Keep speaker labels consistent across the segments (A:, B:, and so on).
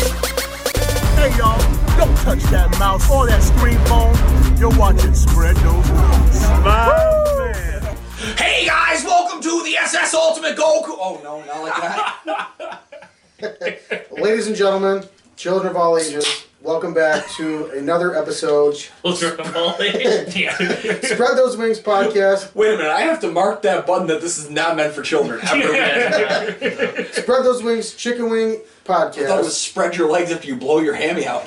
A: Hey y'all, don't touch that mouse or that screen phone. You're watching Spread Those Rules.
B: Hey guys, welcome to the SS Ultimate Goku. Oh no, not like that.
C: Ladies and gentlemen, children of all ages, welcome back to another episode
D: Children of all ages. Yeah.
C: Spread Those Wings podcast.
B: Wait a minute, I have to mark that button that this is not meant for children. Ever again.
C: Spread Those Wings Chicken Wing
B: I thought it was
C: podcast.
B: spread your legs if you blow your hammy out.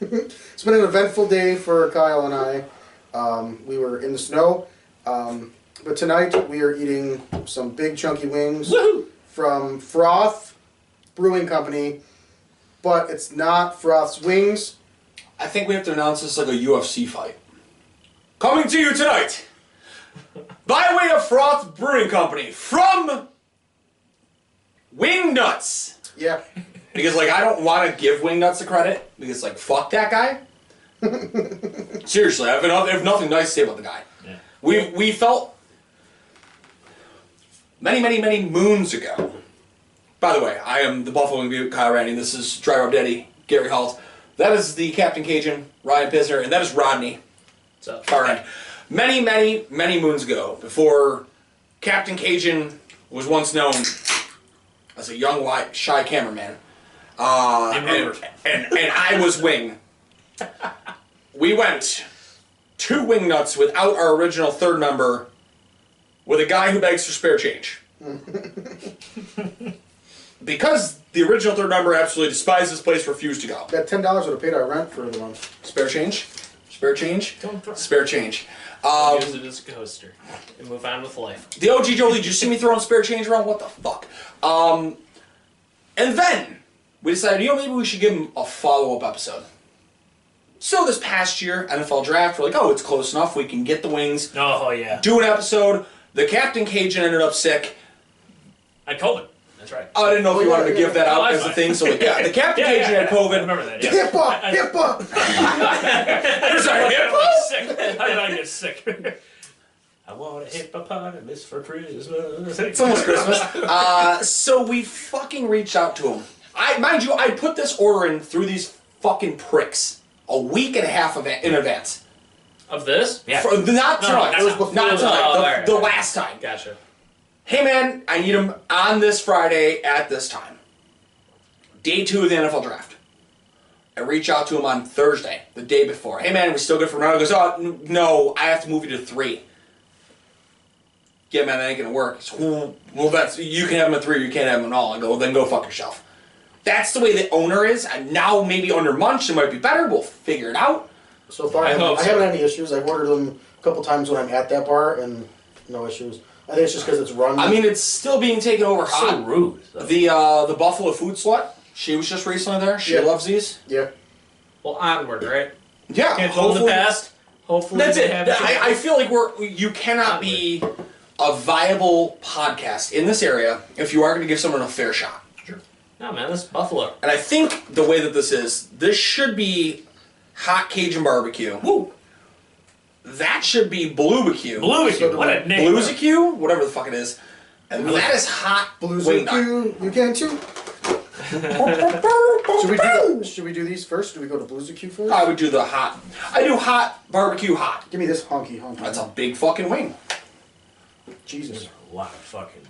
C: It's been an eventful day for Kyle and I. Um, we were in the snow, um, but tonight we are eating some big chunky wings from Froth Brewing Company, but it's not Froth's Wings.
B: I think we have to announce this like a UFC fight. Coming to you tonight, by way of Froth Brewing Company from Wing Nuts.
C: Yeah,
B: Because like I don't want to give Wing Nuts the credit because like fuck that guy. Seriously, I have, enough, I have nothing nice to say about the guy.
D: Yeah.
B: We we felt many many many moons ago. By the way, I am the Buffalo Wing Butte, Kyle Randy. This is Dry Rub Daddy, Gary Halt. That is the Captain Cajun, Ryan Pisner, and that is Rodney.
D: What's up?
B: All right. Many, many, many moons ago, before Captain Cajun was once known as a young, white, shy cameraman, uh,
D: He
B: and,
D: remembers.
B: and, and I was Wing, we went two Wing Nuts without our original third member with a guy who begs for spare change. because the original third member absolutely despised this place, refused to go.
C: that ten dollars would have paid our rent for the month.
B: Spare change? Spare change?
D: Don't throw-
B: Spare change. Um,
D: Use it as a coaster and move on with life.
B: The OG Jolie, did you see me throwing spare change around? What the fuck? Um, and then we decided, you know, maybe we should give him a follow up episode. So this past year, NFL draft, we're like, oh, it's close enough. We can get the wings,
D: Oh yeah.
B: do an episode. The Captain Cajun ended up sick.
D: I told him. That's right.
B: I didn't know if you wanted to give Oh, that
D: Oh,
B: out
D: that's
B: as a
D: fine.
B: thing. So like, yeah, the Captain
D: Yeah, yeah,
B: Cajun had
D: yeah. I
B: COVID.
D: remember that. Yeah.
C: Hip hop, hip hop.
D: I'm
B: sorry, hip hop?
D: sick. How did I get sick? I want a hippopotamus for Christmas.
B: It's almost Christmas. Uh, so we fucking reached out to him. I mind you, I put this order in through these fucking pricks a week and a half of in advance.
D: Of this? Yeah.
B: For- not
D: No,
B: tonight.
D: that's
B: It was
D: not-
B: not
D: no,
B: tonight.
D: no,
B: the,
D: alright,
B: the
D: alright.
B: last time.
D: Gotcha.
B: Hey man, I need him on this Friday at this time. Day two of the NFL draft. I reach out to him on Thursday, the day before. Hey man, we still good for Ronaldo? He Goes, oh n- no, I have to move you to three. Yeah man, that ain't gonna work. He's, well, well, that's you can have him at three, you can't have him at all. I go, well, then go fuck yourself. That's the way the owner is. And now maybe under Munch, it might be better. We'll figure it out.
C: So far, I,
D: I
C: haven't,
D: hope
C: I
D: so.
C: haven't had any issues. I've ordered them a couple times when I'm at that bar, and no issues. I think it's just because it's run.
B: I mean, it's still being taken over hot.
D: So rude. though.
B: The uh, the Buffalo food slut. She was just recently there. She
C: Yeah.
B: loves these.
C: yeah,
D: well, onward, right?
B: Yeah,
D: Can't hold the
B: hopefully-
D: past. Hopefully,
B: That's
D: they
B: it.
D: Have
B: I, I feel like we're you cannot be a viable podcast in this area if you are going to give someone a fair shot.
D: No man, this is buffalo.
B: And I think the way that this is, this should be hot Cajun barbecue.
D: Woo.
B: That should be barbecue.
D: Blue
C: So do
D: What
C: I.
D: a name.
B: Bluesicu, whatever the fuck it is. And that is hot
C: blues
B: wing
C: with
B: nut.
C: you. You can too. Should we do the, Should we do these first? Do we go to blues with you first?
B: I would do the hot. I do hot barbecue hot.
C: Give me this honky honky.
B: That's a big fucking wing.
C: Jesus.
D: A lot of fucking.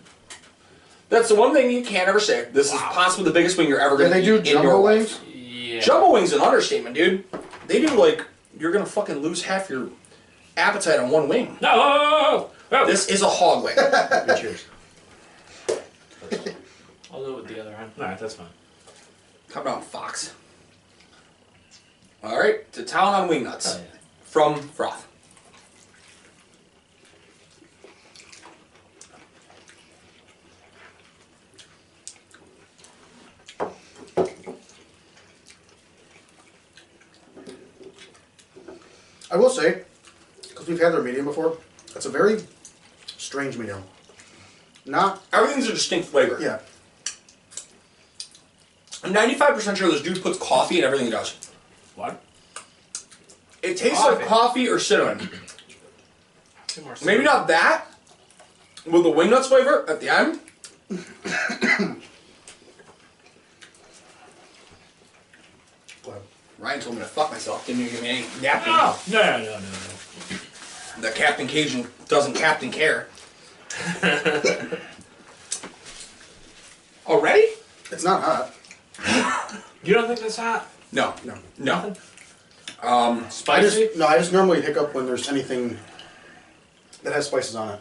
B: That's the one thing you can't ever say. This is possibly the biggest wing you're ever
C: Do
B: gonna
C: they do
B: eat in your
C: jumbo
B: life.
C: wings?
D: Yeah.
B: Jumbo wings an understatement, dude. They do like you're gonna fucking lose half your appetite on one wing.
D: No! Oh!
B: This is a hog leg.
D: Cheers. I'll do it with the other hand. Alright, that's fine.
B: Come down, Fox. All right, to town on wing nuts
D: Oh, yeah.
B: from Froth.
C: I will say, because we've had their medium before, that's a very strange medium. Not,
B: Everything's a distinct flavor.
C: yeah.
B: I'm 95% sure this dude puts coffee in everything he does.
D: What?
B: It tastes like
D: Coffee.
B: coffee or cinnamon.
D: Two more
B: Maybe not that, with the wing nuts flavor at the end.
C: But
B: Ryan told me to fuck myself. Didn't even give me any napkin.
D: No! No, no, no, no, no.
B: The Captain Cajun doesn't Captain care. Already?
C: it's not hot.
D: You don't think that's hot?
B: No, no, no. Um,
C: I
D: Spicy?
C: just, no, I just normally hiccup when there's anything that has spices on it.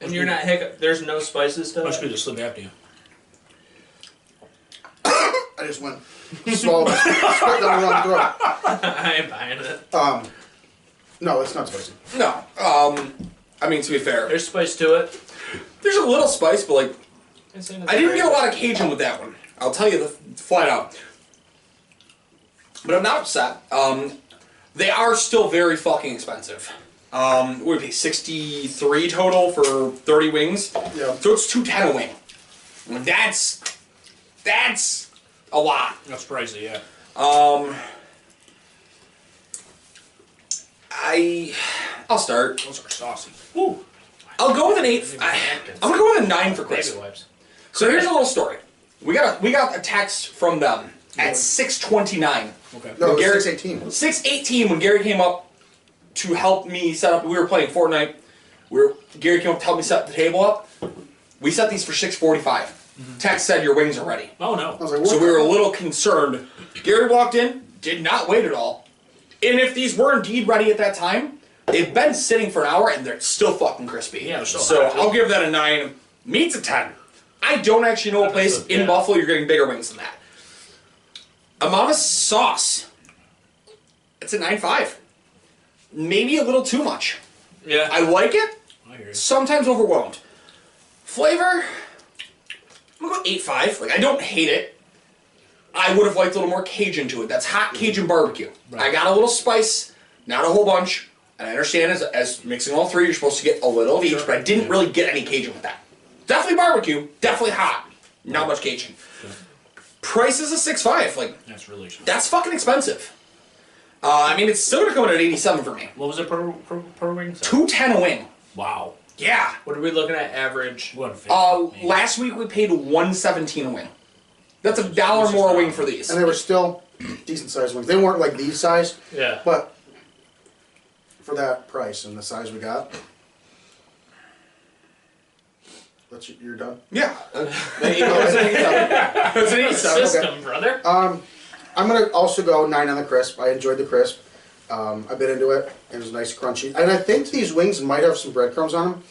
E: And you're not hiccup. There's no spices to
D: Must be
E: it.
D: the slim apnea.
C: I just went, swallowed it, spit down the wrong throat.
E: I ain't buying it.
C: Um, no, it's not spicy.
B: No. Um, I mean, to be fair,
E: There's spice to it.
B: There's a little spice, but like
E: It's in the
B: I didn't
E: fridge.
B: get a lot of Cajun with that one. I'll tell you the flat out. But I'm not upset. Um, they are still very fucking expensive. Um, what would it be 63 total for 30 wings?
C: Yeah.
B: So it's 210 a wing. And That's that's a lot. Um,
D: That's pricey, yeah.
B: I I'll start.
D: Those are saucy. Woo!
B: I'll go with an eight. I, I'm gonna go with a nine for Chris.
D: Baby wipes.
B: So here's a little story. We got a, we got a text from them at 629.
D: Okay.
C: No,
B: Garrett-
C: Garrett's 18.
B: Six eighteen. When Gary came up to help me set up, we were playing Fortnite. We were, Gary came up to help me set the table up. We set these for six Tex said your wings are ready,
D: Oh
C: I was
D: no.
C: like, what?
B: so we were a little concerned. Gary walked in, did not wait at all, and if these were indeed ready at that time, they've been sitting for an hour and they're still fucking crispy.
D: Yeah, they're still
B: so
D: hot.
B: I'll give that a nine. Meat's a ten. I don't actually know a place
D: Yeah.
B: in Buffalo you're getting bigger wings than that. Amama's sauce. It's a nine five. Maybe a little too much.
E: Yeah.
B: I like it,
D: I hear you.
B: sometimes overwhelmed. Flavor, I'm gonna go eight five. Like I don't hate it. I would have liked a little more Cajun to it. That's hot Cajun barbecue. I got a little spice, not a whole bunch. And I understand as, as mixing all three, you're supposed to get a little of each, but I didn't really get any Cajun with that. Definitely barbecue, definitely hot. Not much Cajun. Price is a six five. Like
D: That's really saucy.
B: that's fucking expensive. Uh, I mean, it's still gonna come in at 87 for me.
D: What was it per, per, per wing? Sorry.
B: 210 a wing.
D: Wow.
B: Yeah.
E: What are we looking at average?
D: One fifty.
B: Uh,
D: maybe.
B: last week we paid 117 a wing. That's a dollar more a wing for these.
C: And they were still decent sized ones. They weren't like these size,
E: Yeah.
C: but for that price and the size we got, that's you're done.
B: Yeah.
E: It's a
C: okay.
E: system, brother.
B: Uh,
C: I'm gonna also go nine on the crisp. I enjoyed the crisp. Um, I bit into it. It was nice, crunchy, and I think these wings might have some breadcrumbs on them.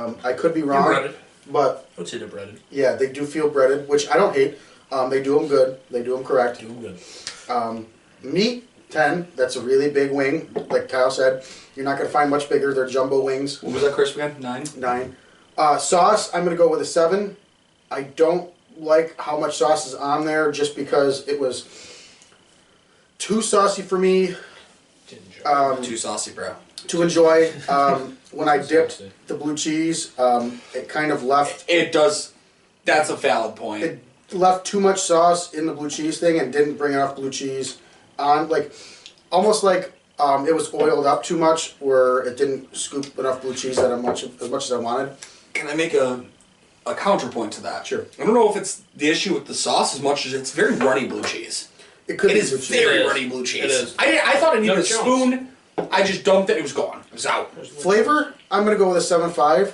C: Um, I could be wrong,
E: breaded.
C: but
D: Let's hit it, breaded.
C: yeah, they do feel breaded, which I don't hate. Um, they do them good. They do them correct.
D: Doing good.
C: Meat, 10. That's a really big wing. Like Kyle said, you're not going to find much bigger. They're jumbo wings,
B: What was that crisp again? Nine?
C: 9. Uh, sauce, I'm going to go with a 7. I don't like how much sauce is on there just because it was too saucy for me
B: Um, Too saucy, bro.
C: to enjoy. Um, when I dipped the blue cheese, um, it kind of left
B: It does. That's a valid point.
C: it left too much sauce in the blue cheese thing and didn't bring enough blue cheese on like almost like um, it was oiled up too much where it didn't scoop enough blue cheese that I much as much as I wanted.
B: Can I make a, a counterpoint to that?
C: Sure.
B: I don't know if it's the issue with the sauce as much as it's very runny blue cheese.
C: It could
B: It
C: be
B: is
C: blue cheese.
B: very
E: It is.
B: runny blue cheese.
E: It is.
B: I, I thought it needed
E: No
B: a
E: chance.
B: spoon. I just dumped it. It was gone. It was out.
C: flavor. I'm gonna go with a seven five.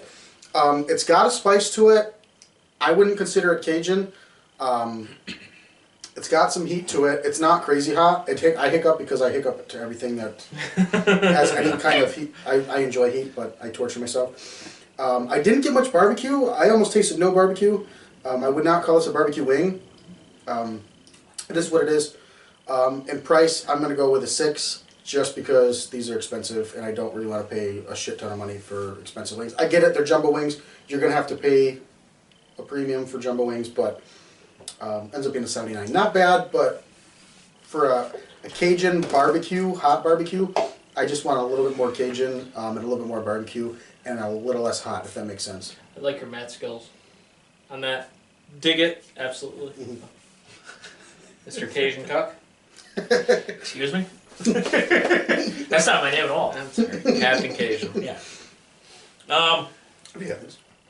C: Um, it's got a spice to it. I wouldn't consider it Cajun. Um, It's got some heat to it. It's not crazy hot. It hic- I hiccup because I hiccup to everything that has any kind of heat. I, I enjoy heat, but I torture myself. Um, I didn't get much barbecue. I almost tasted no barbecue. Um, I would not call this a barbecue wing. Um, it is what it is. Um, in price, I'm going to go with a six just because these are expensive and I don't really want to pay a shit ton of money for expensive wings. I get it, they're jumbo wings. You're going to have to pay a premium for jumbo wings, but um, ends up being a 79. Not bad, but for a, a Cajun barbecue, hot barbecue, I just want a little bit more Cajun um, and a little bit more barbecue and a little less hot, if that makes sense.
E: I like your math skills on that. Dig it, absolutely. Mr. Cajun Cook.
D: Excuse me? That's not my name at all.
E: I'm sorry. Captain Cajun.
D: Yeah. Um,
C: Yeah,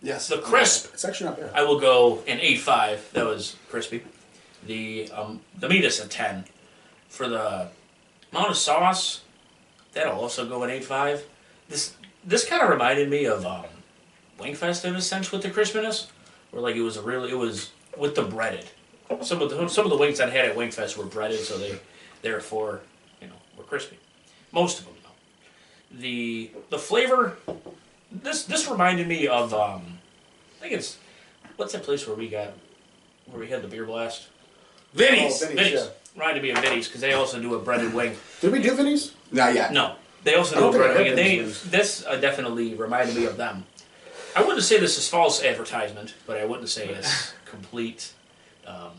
B: Yes.
D: the crisp,
C: it's actually not bad.
D: I will go an 8.5. That was crispy. The um, the meat is a 10. For the amount of sauce, that'll also go an 8.5. This this kind of reminded me of um, Wingfest in a sense with the crispiness, where like it was a really it was with the breaded. Some of the some of the wings that I had at Wingfest were breaded, so they therefore you know were crispy. Most of them though. The the flavor this this reminded me of um, I think it's what's that place where we got where we had the beer blast. Vinny's,
C: Oh, Vinny's,
D: Vinny's.
C: yeah.
D: reminded me of Vinny's because they also do a breaded wing.
C: Did we do Vinny's?
B: Not yet.
D: No, they also
C: I
D: do
C: don't
D: a
C: think I
D: bread wing,
C: had
D: and they
C: those wings.
D: this uh, definitely reminded me of them. I wouldn't say this is false advertisement, but I wouldn't say it's complete um,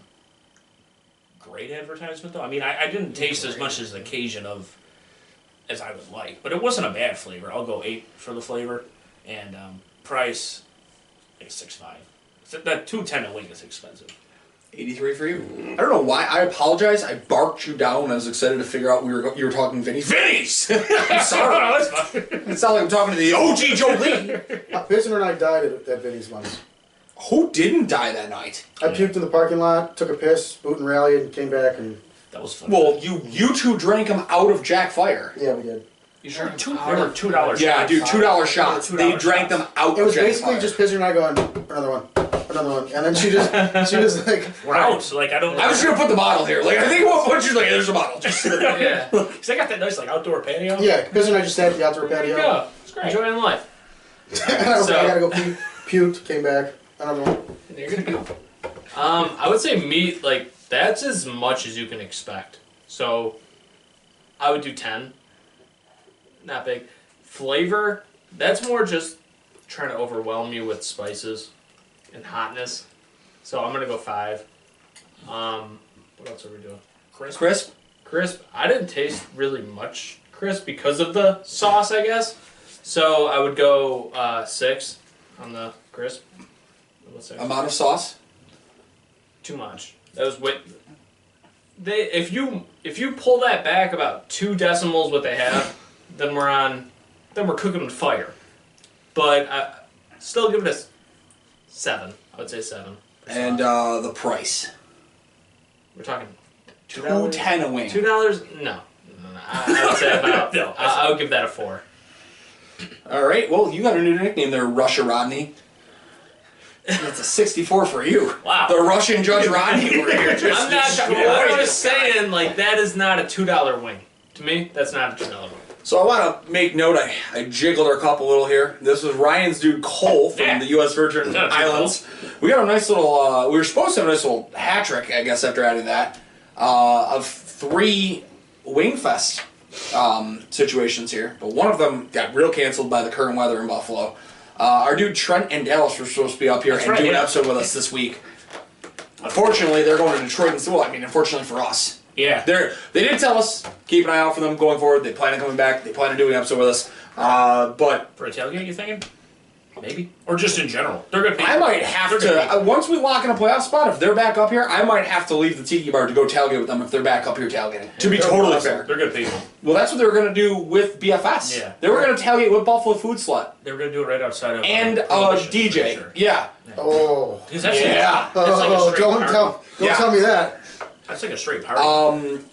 D: great advertisement though. I mean, I, I didn't taste as much as the Cajun of as I would like, but it wasn't a bad flavor. I'll go eight for the flavor and um, price like six five. So that two ten a wing is expensive.
B: 83 for you. I don't know why. I apologize. I barked you down when I was excited to figure out we were you were talking Vinny's.
D: Vinny's.
B: I'm sorry.
D: Oh, that's fine.
B: It's not like I'm talking to the OG Joe Lee.
C: Uh, Prisoner and I died at, at Vinny's once.
B: Who didn't die that night?
C: I puked in the parking lot, took a piss, boot and rallied, and came back, and
D: That was fun.
B: Well, you you two drank him out of Jack Fire.
C: yeah, we did.
E: You sure?
D: two, they were two dollars.
B: Yeah, dude, two dollar shots.
D: $2
B: They drank
D: shots.
B: them out.
C: It was
B: of Jack
C: basically
B: Fire.
C: just Pizer and I going another one, another one, and then she just she was like,
D: We're out. Like I don't.
B: I was gonna put the bottle here. Like I think what what you like. There's a bottle. Just
E: Yeah. There
D: Cause I got that nice like outdoor patio.
C: yeah, Pizer and I just sat at the outdoor
E: you
C: patio,
E: go. Enjoying life.
C: and I was like, I gotta
E: So-
C: go pee, puked, came back, another one.
E: You're gonna go. Um, I would say meat like that's as much as you can expect. So, I would do ten. Not big. Flavor that's more just trying to overwhelm you with spices and hotness. So I'm gonna go five. Um, what else are we doing?
D: Crisp.
B: crisp.
E: Crisp. I didn't taste really much crisp because of the sauce, I guess. So I would go uh, six on the crisp. What's that?
B: Amount of sauce.
E: too much. That was what they if you if you pull that back about two decimals what they have, then we're on then we're cooking with fire. But I still give it a s- seven. I would say seven.
B: And uh, the price.
E: We're talking
B: Two ten a wing.
E: two dollars. No, no, no. I, I would say about.
D: No, I
E: I, I would give that a four.
B: All right. Well, you got a new nickname there, Russia Rodney. That's a 64 for you.
E: Wow.
B: The Russian Judge Rodney over here. Just
E: I'm not.
B: destroyed
E: I'm
B: this
E: just
B: guy.
E: saying like that is not a two dollar wing. To me, that's not a two dollar wing.
B: So I want to make note. I, I jiggled our cup a little here. This was Ryan's dude Cole from
D: Yeah.
B: the U.S. Virgin
D: Yeah,
B: Islands. We got a nice little. Uh, we were supposed to have a nice little hat trick, I guess, after adding that uh, of three Wingfest um, situations here, but one of them got real canceled by the current weather in Buffalo. Uh, our dude Trent and Dallas were supposed to be up here and
D: right,
B: do an
D: yeah.
B: episode with us this week. Unfortunately, they're going to Detroit and well, I mean, unfortunately for us,
D: Yeah.
B: they're they did tell us keep an eye out for them going forward. They plan on coming back. They plan on doing an episode with us. Uh, but
D: For a tailgate, you thinking? Maybe. Or just in general. They're gonna pay.
B: I might have
D: they're gonna
B: to uh, once we lock in a playoff spot. If they're back up here, I might have to leave the tiki bar to go tailgate with them. If they're back up here tailgating, to be totally fair.
D: Pay. They're good people.
B: Well, that's what they were gonna do with BFS.
D: Yeah.
B: They were gonna tailgate with Buffalo Food Slut
D: They were gonna do it right outside of
B: and
D: uh,
B: uh,
D: Prohibition, I'm
B: DJ.
D: pretty sure.
B: Yeah.
C: Oh,
D: Because that's like-
B: Yeah.
D: that's like a
C: oh,
D: straight
C: don't
D: party.
C: tell, don't
B: Yeah.
C: tell me that.
D: That's like a straight party.
B: Um,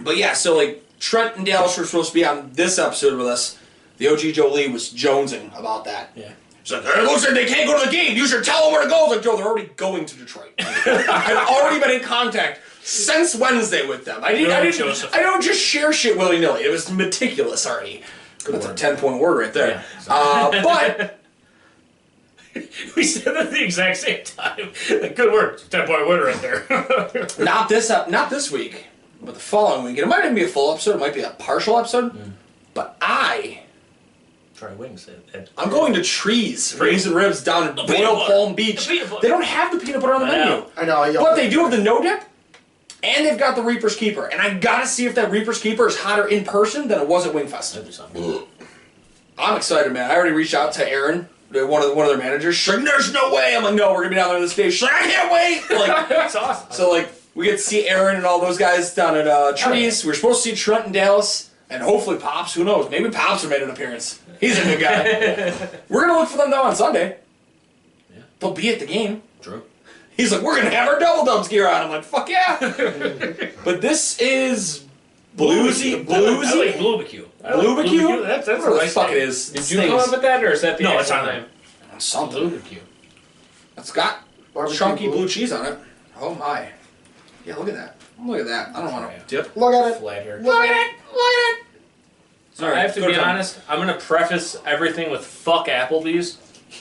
B: but yeah, so like Trent and Dallas were supposed to be on this episode with us. The OG Joe Lee was jonesing about that.
D: yeah.
B: He's like, it looks like they can't go to the game. You should tell them where to go. I was like, Joe, they're already going to Detroit. I've already been in contact. since Wednesday with them. I didn't. I,
D: Really,
B: didn't
D: Joseph?
B: I don't just share shit willy nilly. It was meticulous already. That's a
D: word.
B: ten point word right there.
D: Yeah,
B: uh, but
D: We said that at the exact same time. Like, good work. Ten point winner right there.
B: not this up. Not this week. But the following week. And it might even be a full episode. It might be a partial episode.
D: Mm.
B: But I
D: Try wings. At,
B: I'm going to trees, rings and ribs down in
D: peanut
B: Boyle
D: butter.
B: Palm Beach.
D: The peanut butter.
B: They don't have the peanut butter on the
D: I know.
B: menu.
C: I know. I yelled
B: But they do have the no dip, and they've got the Reaper's Keeper. And I gotta see if that Reaper's Keeper is hotter in person than it was at Wingfest. I'm excited, man. I already reached out to Aaron, the- one of the, one of their managers. She's like, "There's no way." I'm like, "No, we're gonna be down there this day." She's like, "I can't wait." Like,
D: That's awesome.
B: so like we get to see Aaron and all those guys down at uh,
D: Oh,
B: Trees. We're supposed to see Trent in Dallas, and hopefully Pops. Who knows? Maybe Pops will make an appearance. He's a good guy. we're gonna look for them though on Sunday. They'll be at the game.
D: True.
B: He's like, we're gonna have our double dubs gear on. I'm like, fuck yeah. but this is bluesy,
D: I like
B: bluesy,
D: Bluebecue. I like
B: bluebecue.
D: That's, that's a
B: what the
D: nice
B: fuck it
D: name.
B: is.
E: Did
B: It's
E: you come
B: things.
E: up with that, or is that the
D: No,
E: actual
D: it's on
E: name?
B: something?
E: Bluebecue.
B: It's got
C: Barbecue
B: chunky
C: blue.
B: blue cheese on it. Oh my. Yeah, look at that. Look at that. I don't want to dip.
C: Look at it.
E: Flatter.
B: Look at it. Look at it.
E: So I have to
B: go
E: be
B: Tom.
E: honest. I'm gonna preface everything with "fuck Applebee's."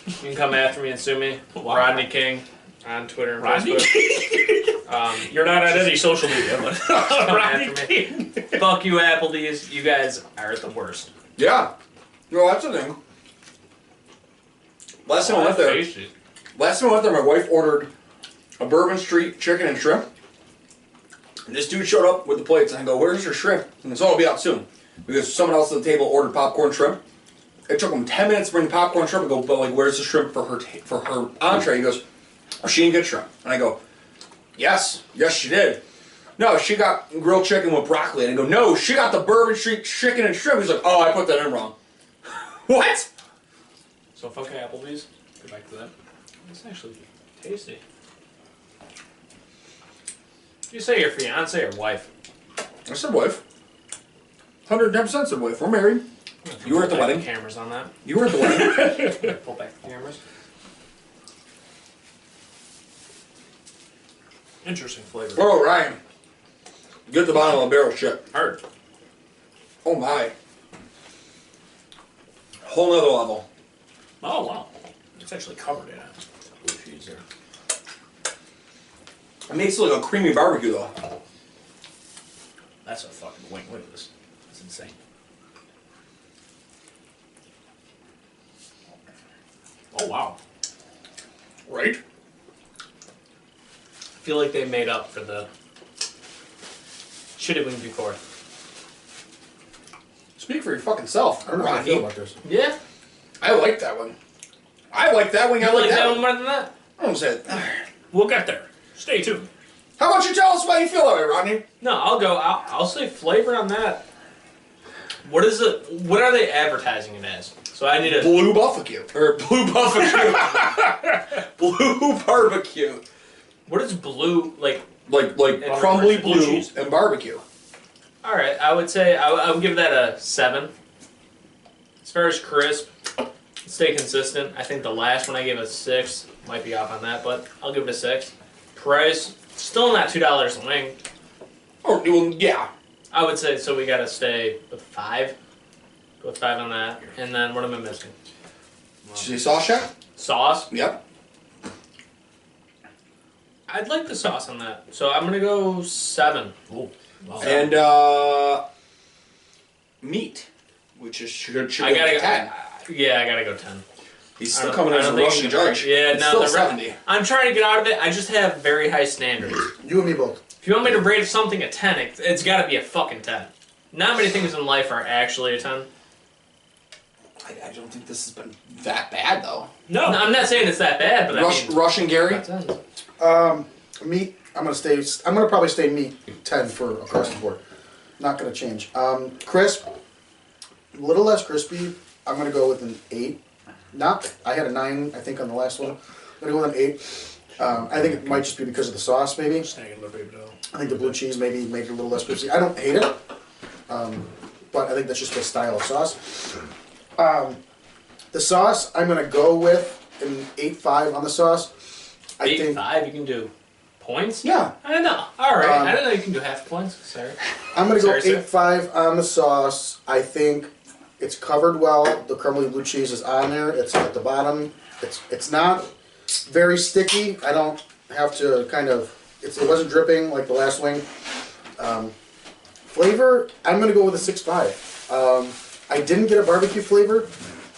E: You can come after me and sue me,
D: Wow.
E: Rodney King, on Twitter and
D: Rodney
E: Facebook. Um,
D: You're not on any social media, but Rodney
E: after
D: King.
E: fuck you, Applebee's. You guys are the worst.
B: Yeah. No, that's the thing. Last
D: Oh,
B: time I went there,
E: Tasty.
B: last time I went there, my wife ordered a Bourbon Street chicken and shrimp. And this dude showed up with the plates, and I go, "Where's your shrimp?" And it's all will be out soon because someone else at the table ordered popcorn shrimp. It took him ten minutes to bring the popcorn shrimp. I go, "But like, where's the shrimp for her ta- for her entree?" He goes, "Oh, "She didn't get shrimp." And I go, "Yes, yes, she did." No, she got grilled chicken with broccoli. And I go, "No, she got the Bourbon Street chicken and shrimp." He's like, "Oh, I put that in wrong." what?
E: So fuck Applebee's. Go back to that. It's actually tasty. Did you say your fiance or wife?
B: I said wife. 110% said wife. We're married. You were at the
E: Pull back
B: wedding.
E: Cameras on that.
B: You were at the wedding.
E: Pull back the cameras. Interesting flavor.
B: oh, Ryan. Get the bottom of the barrel shit.
E: Hard.
B: Oh, my. Whole nother level.
D: Oh wow, it's actually covered in it. Blue cheese there.
B: It makes it look a creamy barbecue, though.
D: That's a fucking wing. Look at this. It's insane. Oh wow.
B: Right?
E: I feel like they made up for the shitty wing before.
B: Speak for your fucking self.
C: I don't know how I feel
B: Rodney.
C: about this.
E: Yeah.
B: I like that one. I like that wing. I
E: I
B: like that
E: one
B: one.
E: more than that.
B: I don't say it.
D: We'll get there. Stay tuned.
B: How about you tell us why you feel that way, Rodney?
E: No, I'll go. I'll, I'll say flavor on that. What is it? What are they advertising it as? So I need a.
B: Blue barbecue. Or blue barbecue. blue barbecue.
E: What is blue like?
B: Like, like
E: And
B: crumbly
E: blue
B: blue
E: cheese.
B: and barbecue.
E: All right, I would say I, I would give that a seven. As far as crisp, stay consistent. I think the last one I gave a six might be off on that, but I'll give it a six. Price still not two dollars a wing.
B: Oh, well, yeah.
E: I would say so. We gotta stay with five. Go with five on that, and then what am I missing?
B: Did you say sauce shack?
E: Sauce.
B: Yep.
E: I'd like the sauce on that, so I'm gonna go seven.
D: Oh wow.
B: And uh, meat, which is should, should
E: I
B: be
E: gotta.
B: like ten.
E: I, yeah, I gotta go ten.
B: He's
E: I
B: still
E: don't-
B: coming
E: I
B: as a
E: don't think
B: Russian
E: you can-
B: judge.
E: Yeah,
B: It's
E: no,
B: still
E: the Ru-
B: seventy.
E: I'm trying to get out of it. I just have very high standards.
C: You and me both.
E: If you want me to rate something a 10, it, it's got to be a fucking 10. Not many things in life are actually a 10.
B: I, I don't think this has been that bad though.
D: no.
E: No, I'm not saying it's that bad, but
B: Rush,
E: I mean,
B: Russian Gary.
E: Russian.
C: Um, meat. I'm gonna stay. I'm gonna probably stay meat ten for across the board. Not gonna change. Um, crisp. A little less crispy. I'm gonna go with an eight. Not. I had a nine. I think on the last one. I'm gonna go with an eight. Um, I think it might just be because of the sauce, maybe.
D: Snagging the baby doll.
C: I think the blue cheese maybe made it a little less crispy. I don't hate it, um, but I think that's just the style of sauce. Um, the sauce, I'm gonna go with an eight five on the sauce. I think
E: 8 5, you can do points?
C: Yeah.
E: I don't know. All right.
C: Um,
E: I don't know. You can do half points. Sorry.
C: I'm gonna
E: Sorry,
C: go
E: sir.
C: eight five on the sauce. I think it's covered well. The crumbly blue cheese is on there. It's at the bottom. It's it's not very sticky. I don't have to kind of. It's, it wasn't dripping like the last wing. Um, flavor. I'm gonna go with a six five. Um, I didn't get a barbecue flavor.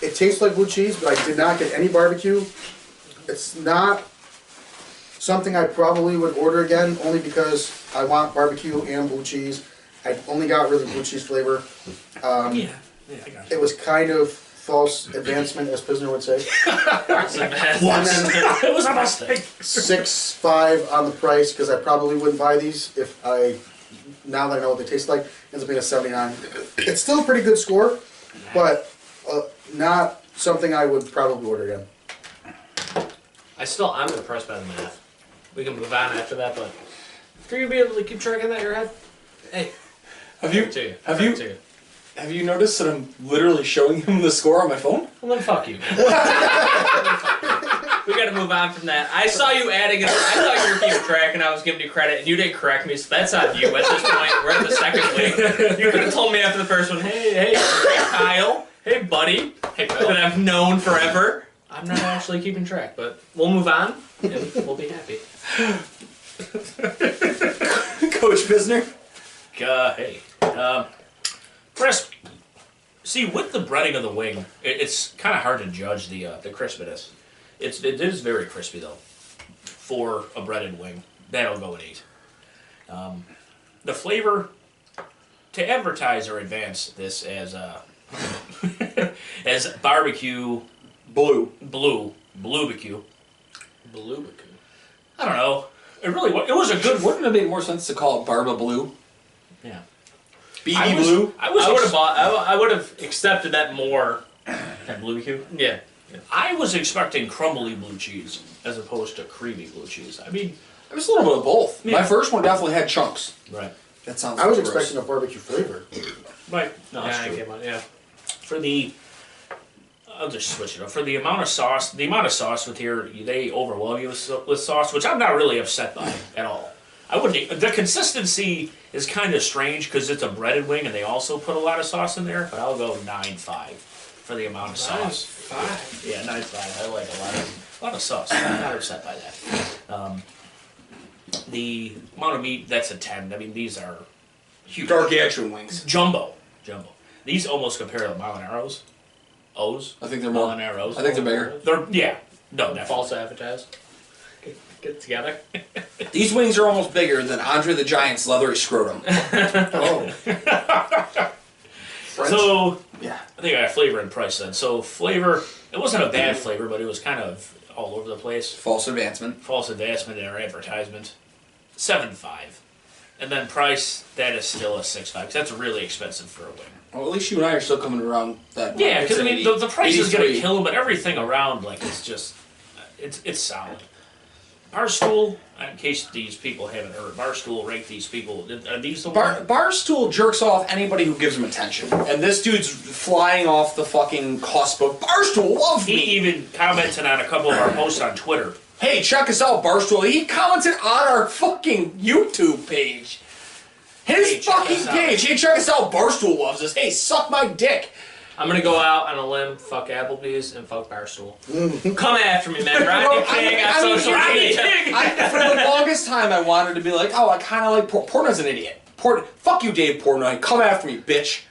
C: It tastes like blue cheese, but I did not get any barbecue. It's not something I probably would order again, only because I want barbecue and blue cheese. I only got really blue cheese flavor.
D: yeah. Yeah, I got it.
C: It was kind of false advancement, as Pisner would say.
E: That's the best.
C: And then
D: it was a mistake.
C: six five on the price because I probably wouldn't buy these if I now that I know what they taste like. Ends up being a seventy nine. It's still a pretty good score, but uh, not something I would probably order again.
E: I still, I'm impressed by the math. We can move on after that, but if you're gonna be able to keep track of that in your head, hey,
B: Have
E: give
B: you
E: it to you.
B: have
E: Give it
B: you
E: To you.
B: have you noticed that I'm literally showing him the score on my phone?
E: Well, then fuck you. we gotta move on from that. I saw you adding. it. I thought you were keeping track, and I was giving you credit, and you didn't correct me, so that's on you. At this point, we're in the second week. You could have told me after the first one, hey, hey, Kyle, hey, buddy, hey, that I've known forever. I'm not actually keeping track, but we'll move on, and we'll be happy.
B: Coach Bisner.
D: Uh, hey, um, crisp. See, with the breading of the wing, it, it's kind of hard to judge the uh, the crispiness. It's it is very crispy though, for a breaded wing. That'll go at eight. Um, the flavor to advertise or advance this as uh, as barbecue
B: Blue.
D: blue blue barbecue.
E: Balubiku.
D: I don't know. It really wa- it was a good one.
B: Wouldn't it make more sense to call it Barba Blue?
D: Yeah.
B: BB
D: I was,
B: Blue.
D: I was
E: I would
D: ex-
E: have bought. I, I would have accepted that more.
D: That blue barbecue.
E: Yeah.
D: I was expecting crumbly blue cheese as opposed to creamy blue cheese. I mean,
B: It was a little bit of both.
D: Yeah.
B: My first one definitely had chunks.
D: right,
B: That sounds.
C: I was
B: gross.
C: expecting a barbecue flavor.
D: right. No, that's
E: yeah, I
D: true.
E: came on. Yeah.
D: For the, I'll just switch it up. For the amount of sauce, the amount of sauce with here, they overwhelm you with, sa- with sauce, which I'm not really upset by at all. I wouldn't. e- The consistency is kind of strange because it's a breaded wing, and they also put a lot of sauce in there. But I'll go nine five for the amount of sauce.
E: Five.
D: Yeah, nine five. I like a lot of a lot of sauce. I'm not upset by that. Um, the amount of meat that's a ten. I mean, these are huge.
B: Gargantuan wings.
D: jumbo, jumbo. These almost compare to Molinarios. O's.
B: I think they're more-
D: Molinarios.
B: I think they're bigger.
D: They're yeah. No, definitely.
E: False advertise. Get, get together.
B: These wings are almost bigger than Andre the Giant's leathery scrotum.
C: Oh,
B: French.
D: So
B: yeah.
D: I think I got flavor and price then. So flavor, it wasn't a bad flavor, but it was kind of all over the place.
B: False advancement.
D: false advancement in our advertisement, seven five, and then price that is still a six five. That's really expensive for a wing.
B: Well, at least you and I are still coming around that. one.
D: Yeah,
B: It's
D: because I
B: an
D: mean
B: 80
D: the, the price is gonna
B: 83.
D: kill them, but everything around like it's just it's it's solid. Barstool, in case these people haven't heard, Barstool ranked these people. Are these the
B: Bar,
D: ones?
B: Barstool jerks off anybody who gives him attention, and this dude's flying off the fucking cusp of Barstool loved
D: He
B: me.
D: even commented on a couple of our posts on Twitter.
B: Hey, check us out, Barstool. He commented on our fucking YouTube page. His
D: Hey, check
B: fucking
D: us out.
B: page. Hey, check us out. Barstool loves us. Hey, suck my dick.
E: I'm gonna go out on a limb, fuck Applebee's, and fuck Barstool. Come after me, man. Rodney King on
B: Mm. I mean,
E: social
B: Rodney
E: media.
D: King.
B: I, for the longest time, I wanted to be like, oh, I kind of like Por- Portnoy's an idiot. Port, fuck you, Dave Portnoy. Come after me, bitch.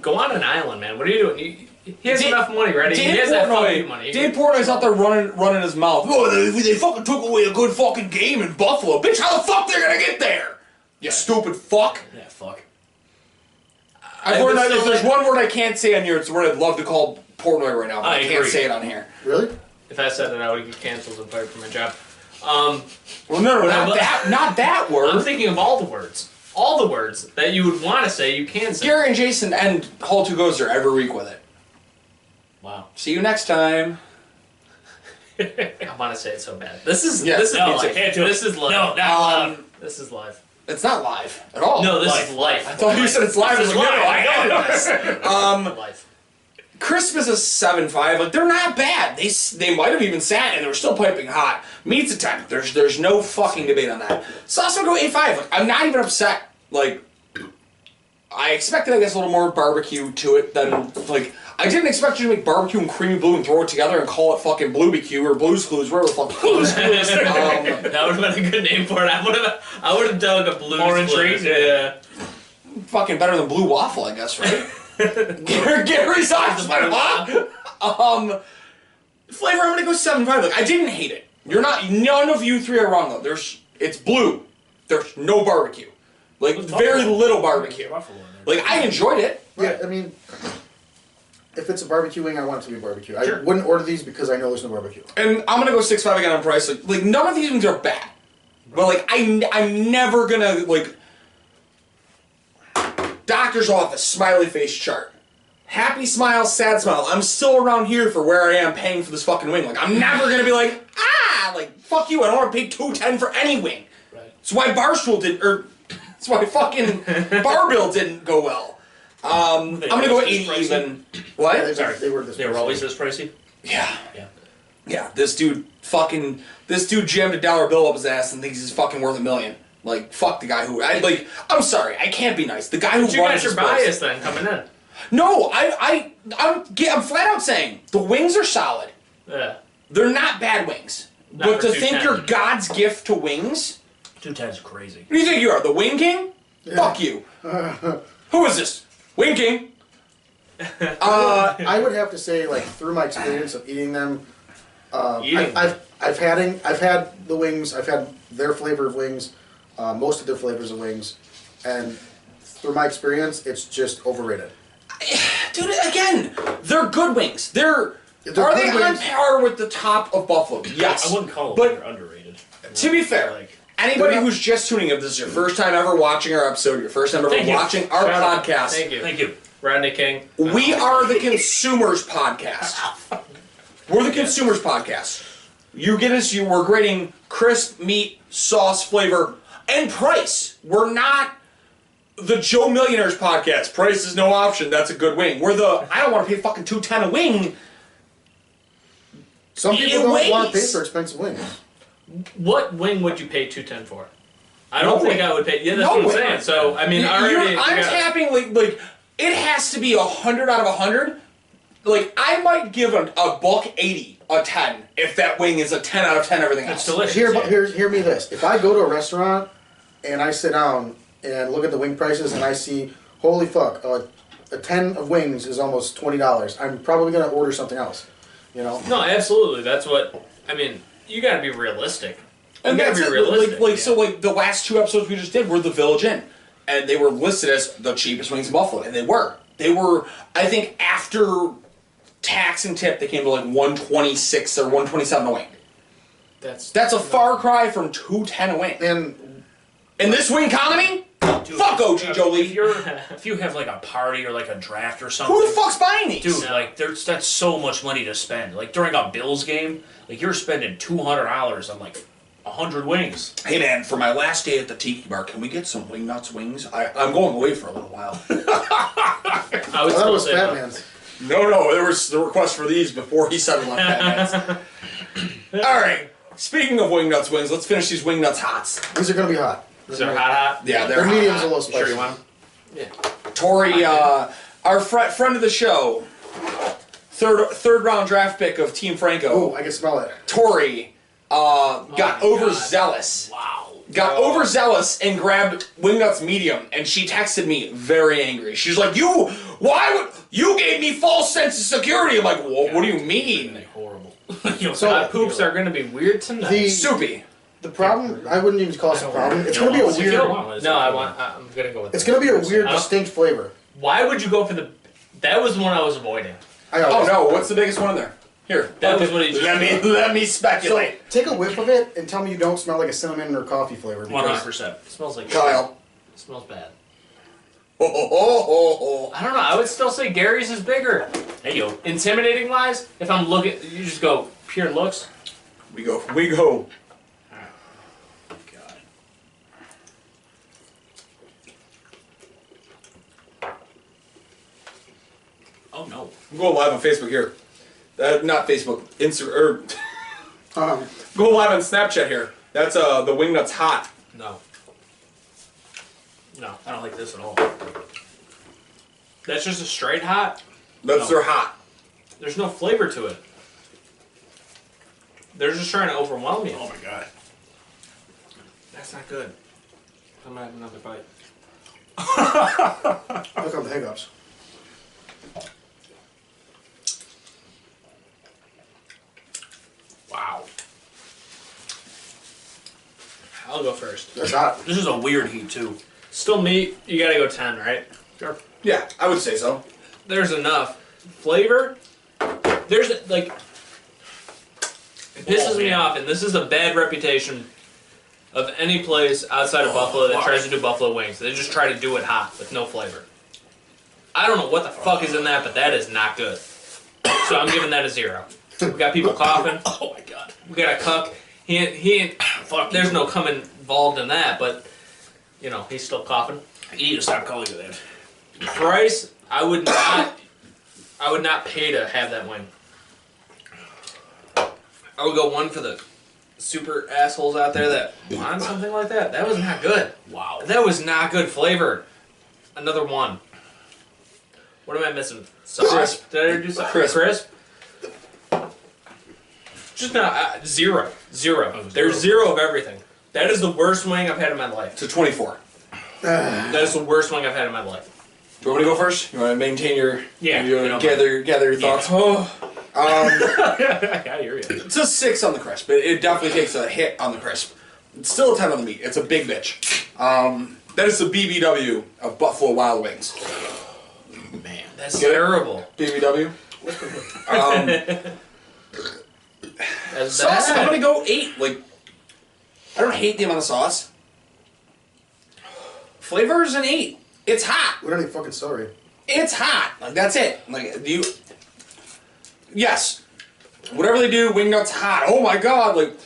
E: Go on an island, man. What are you doing? You, he has
B: Dave-
E: enough money, right? He
B: Dave
E: has that fucking
B: Portnoy,
E: money.
B: Dave Portnoy's out there running, running his mouth. Oh, they, they fucking took away a good fucking game in Buffalo, bitch. How the fuck they're gonna get there? You stupid fuck.
D: Yeah, fuck.
B: I've
E: I
B: learned
E: was
B: that if
E: so
B: there's
E: like-
B: one word I can't say on here, it's the word I'd love to call Portnoy right now, but I,
D: I
B: can't
D: agree.
B: say it on here.
C: really?
E: if I said it, I would get canceled and fired from my job. Um,
B: Well, no, no,
E: I
B: not
E: love-
B: that, not that
E: I'm
B: word.
E: thinking of all the words, all the words that you would want to say, you can say.
B: Gary and Jason end Hall Two Goes there every week with it.
D: Wow.
B: See you next time.
E: I want to say it so bad. This is
B: Yeah,
E: this is
D: No,
E: live.
D: I can't do it.
E: This is live. Um,
D: No, not live.
E: This is live.
B: It's not live at all.
E: No, this
D: Live.
E: is life.
B: I thought you said it's live.
D: This is
B: I was like, no,
D: live.
B: no, I
D: I know
B: edited
D: this.
B: this. Um,
E: life.
B: Christmas is seven five. Like they're not bad. They s- they might have even sat and they were still piping hot. Meat's a ten. There's there's no fucking debate on that. Sauce would go eight five. Like I'm not even upset. Like I expected I guess a little more barbecue to it than like I didn't expect you to make barbecue and creamy blue and throw it together and call it fucking bluebecue or blues clues whatever the fuck. Blues clues. um,
E: That would have been a good name for it. I would have, I would have dug a blue
D: Orange Reed?
E: Yeah.
B: fucking better than blue waffle, I guess, right? Gary- Gary's eyes, my Um, flavor, I'm gonna go seven five. Like I didn't hate it. You're not. None of you three are wrong though. There's. It's blue. There's no barbecue. Like very
D: buffalo.
B: little barbecue.
D: Buffalo in there.
B: Like I enjoyed it.
C: Yeah, I mean, if it's a barbecue wing, I want it to be barbecue. I
D: Sure.
C: wouldn't order these because I know there's no barbecue.
B: And I'm gonna go six five again on price. Like, like none of these things are bad, but like I I'm never gonna like. Doctor's office smiley face chart, happy smile, sad smile. I'm still around here for where I am paying for this fucking wing. Like I'm never gonna be like ah like fuck you. I don't want to pay two ten for any wing.
D: Right.
B: That's why Barstool did or that's why fucking Barbill didn't go well. Um, I'm gonna go
D: always
B: eighty
D: pricey.
B: even.
C: They
B: What?
C: were-
D: Sorry.
C: They were this.
D: They were
C: person.
D: always this pricey.
B: Yeah.
D: Yeah.
B: Yeah, this dude fucking this dude jammed a dollar bill up his ass and thinks he's fucking worth a million. Like fuck the guy who I like. I'm sorry, I can't be nice. The guy who
E: But you
B: runs
E: got your
B: this place-
E: bias then coming in.
B: No, I I I'm, yeah, I'm flat out saying the wings are solid.
E: Yeah.
B: They're not bad wings. but
E: for
B: to think
E: 210.
B: you're God's gift to wings,
D: Two tens crazy.
B: who do you think you are? The wing king? Fuck you. who is this? Wing king. Uh,
C: I would have to say, like through my experience of eating them,
E: Eating.
C: I, I've I've had in- I've had the wings. I've had their flavor of wings, uh, most of their flavors of wings, and through my experience, it's just overrated.
B: dude, again, they're good wings. They're,
C: They're
B: are they
C: good
B: on
C: wings.
B: par with the top of Buffalo? Yes.
D: I wouldn't call
B: But
D: them underrated.
B: To be fair,
D: Like-
B: anybody
C: They're not-
B: who's just tuning in, if this is your first time ever watching our episode, your first time ever
D: Thank you.
B: watching our
E: Shout out.
B: podcast,
E: Thank you.
D: Thank you.
E: Rodney King. Uh,
B: we are the consumers podcast. We're the consumers podcast. You get us. You we're grading crisp meat, sauce, flavor, and price. We're not the Joe Millionaires podcast. Price is no option. That's a good wing. We're the I don't want to pay fucking two ten a wing.
C: Some people
B: It
C: don't want to pay
B: weighs.
C: for expensive wings.
E: What wing would you pay two ten for? I don't
B: No
E: think
B: wing.
E: I would pay. Yeah, that's
B: No
E: what I'm
B: wing.
E: saying. So I mean,
B: You-
E: already.
B: you're- I'm
E: yeah.
B: tapping like like it has to be a hundred out of a hundred. Like I might give a, a buck eighty a ten if that wing is a ten out of ten everything else.
D: It's delicious.
C: Hear,
D: yeah.
C: hear, hear me this. If I go to a restaurant and I sit down and look at the wing prices and I see, holy fuck, a, a 10 of wings is almost $20, I'm probably going to order something else. You know?
E: No, absolutely. That's what I mean. You got to be realistic.
B: And
E: you got
B: that's
E: to be
B: it.
E: realistic.
B: like like so
E: yeah.
B: like the last two episodes we just did were the Village Inn, and they were listed as the cheapest wings in Buffalo, and they were. They were I think after tax and tip they came to like one twenty six or one twenty seven a wing.
E: that's
B: That's a far cry from two ten a wing.
C: And
B: In this wing economy,
D: Dude,
B: fuck OG
D: if-
B: Jolie.
D: If you're if you have like a party or like a draft or something.
B: Who the fuck's buying these?
D: Dude, like there's that's so much money to spend. Like during a Bills game, like you're spending two hundred dollars on like hundred wings.
B: Hey man, for my last day at the tiki bar, can we get some wing nuts wings? I, I'm going away for a little while.
E: I would
C: that
E: still
C: was
E: say no.
C: Fat Man's.
B: no, no, there was the request for these before he settled on that. All right. Speaking of wing nuts wings, let's finish these wing nuts hots.
C: These are going to be hot.
E: Is there hot hot?
B: Yeah, they're
C: Their
B: hot,
C: medium's
B: hot.
C: a little
E: You sure
C: spicy.
E: you want 'em?
B: Tori, uh, our fr- friend of the show, third third round draft pick of Team Franco,
C: oh, I can smell it.
B: Tori uh, got
E: Oh my God.
B: overzealous.
D: Wow.
B: got overzealous and grabbed Wingnut's medium, and she texted me very angry. She's like, "You, why would you gave me false sense of security?" I'm like, "Wha- "What do you mean,
D: Like horrible.
E: My poops are going to be weird tonight.
C: The,
B: soupy?"
C: the problem, I wouldn't even call it a problem. It's going to be a
D: If you don't
C: weird,
D: want one, it's
E: no,
D: not
E: I
D: good.
E: want. I- I'm going to go with.
C: it's
E: that.
C: going to be a weird,
E: I don't-
C: distinct flavor.
E: Why would you go for the? That was the one I was avoiding.
C: I
B: Oh
C: always-
B: no, what's the biggest one in there? Here,
E: That was what he just-
B: let me let me
C: So,
B: speculate.
C: take a whiff of it and tell me you don't smell like a cinnamon or coffee flavor.
D: One hundred
C: Because
D: percent.
E: It smells like.
B: Kyle,
E: It smells bad.
B: oh, oh, oh, oh, oh.
E: I don't know. I would still say Gary's is bigger.
D: Hey yo.
E: Intimidating wise, if I'm looking, you just go pure looks.
B: we go, we go.
D: God. Oh no.
B: I'm going live on Facebook here. Uh, not Facebook, Instagram.
C: Um,
B: Go live on Snapchat here. That's uh the wingnuts hot.
D: No. No, I don't like this at all.
E: That's just a straight hot.
B: That's
E: Oh.
B: their hot.
E: There's no flavor to it. They're just trying to overwhelm you.
D: Oh my god. That's not good.
E: I'm gonna have another bite.
C: look up the hiccups.
D: Wow.
E: I'll go first.
C: That's hot.
D: This is a weird heat too.
E: Still meat. You gotta go ten, right?
D: Sure.
B: Yeah, I would say so.
E: There's enough flavor. There's like it pisses
D: Oh,
E: me
D: man.
E: off, and this is a bad reputation of any place outside of Buffalo that
D: Oh, fuck.
E: tries to do buffalo wings. They just try to do it hot with no flavor. I don't know what the fuck is in that, but that is not good. So I'm giving that a zero. We got people coughing.
D: Oh my god.
E: We got a cuck. He ain't, he ain't, fuck, there's no cum involved in that, but, you know, he's still coughing.
D: I need to stop calling it that.
E: Price, I would not, I would not pay to have that wing. I would go one for the super assholes out there that want something like that. That was not good.
D: Wow.
E: That was not good flavor. Another one. What am I missing? Sauce?
B: Crisp.
E: Did I already do something?
B: Crisp.
E: Just not uh, zero. Zero. There's Oh, zero of everything. That is the worst wing I've had in my life.
B: To 24.
E: That is the worst wing I've had in my life.
B: Do you want me to go first? You want to maintain your
D: Yeah,
B: You
D: I
B: want
D: don't
B: to gather gather your thoughts. Oh,
E: I hear you.
B: um, it's a six on the crisp. It, it definitely takes a hit on the crisp. It's still a ten on the meat. It's a big bitch. Um, that is the BBW of Buffalo Wild Wings.
D: Man.
E: That's
B: Get it?
E: terrible.
B: BBW. Um,
E: That's
B: sauce. I'm
E: bad.
B: gonna go eight. Like, I don't hate the amount of sauce. Flavor is an eight. It's hot.
C: We don't need fucking celery.
B: it's hot. Like that's it. Like do you? Yes. Whatever they do, wing nuts hot. Oh my god! Like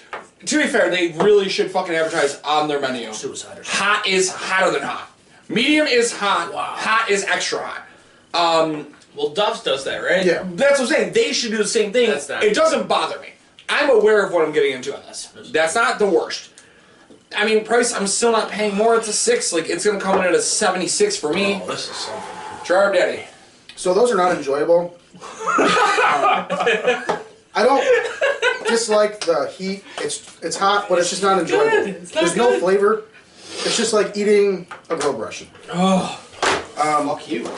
B: to be fair, they really should fucking advertise on their menu.
D: Suiciders.
B: Hot is hotter than hot. Medium is hot.
D: Wow.
B: Hot is extra hot.
E: Well, Duff's does that, right?
C: Yeah.
B: That's what I'm saying. They should do the same thing.
E: That's not-
B: it doesn't bother me. I'm aware of what I'm getting into on this. That's not the worst. I mean, price. I'm still not paying more. It's a six. Like it's gonna come in at a seventy-six for me.
D: Oh, this is something.
B: Charm Daddy.
C: So those are not enjoyable. Um, I don't dislike the heat. It's it's hot, but it's just not enjoyable.
E: good. It's not
C: There's no
E: good.
C: flavor. It's just like eating a grill brush.
E: Oh,
B: Fuck you.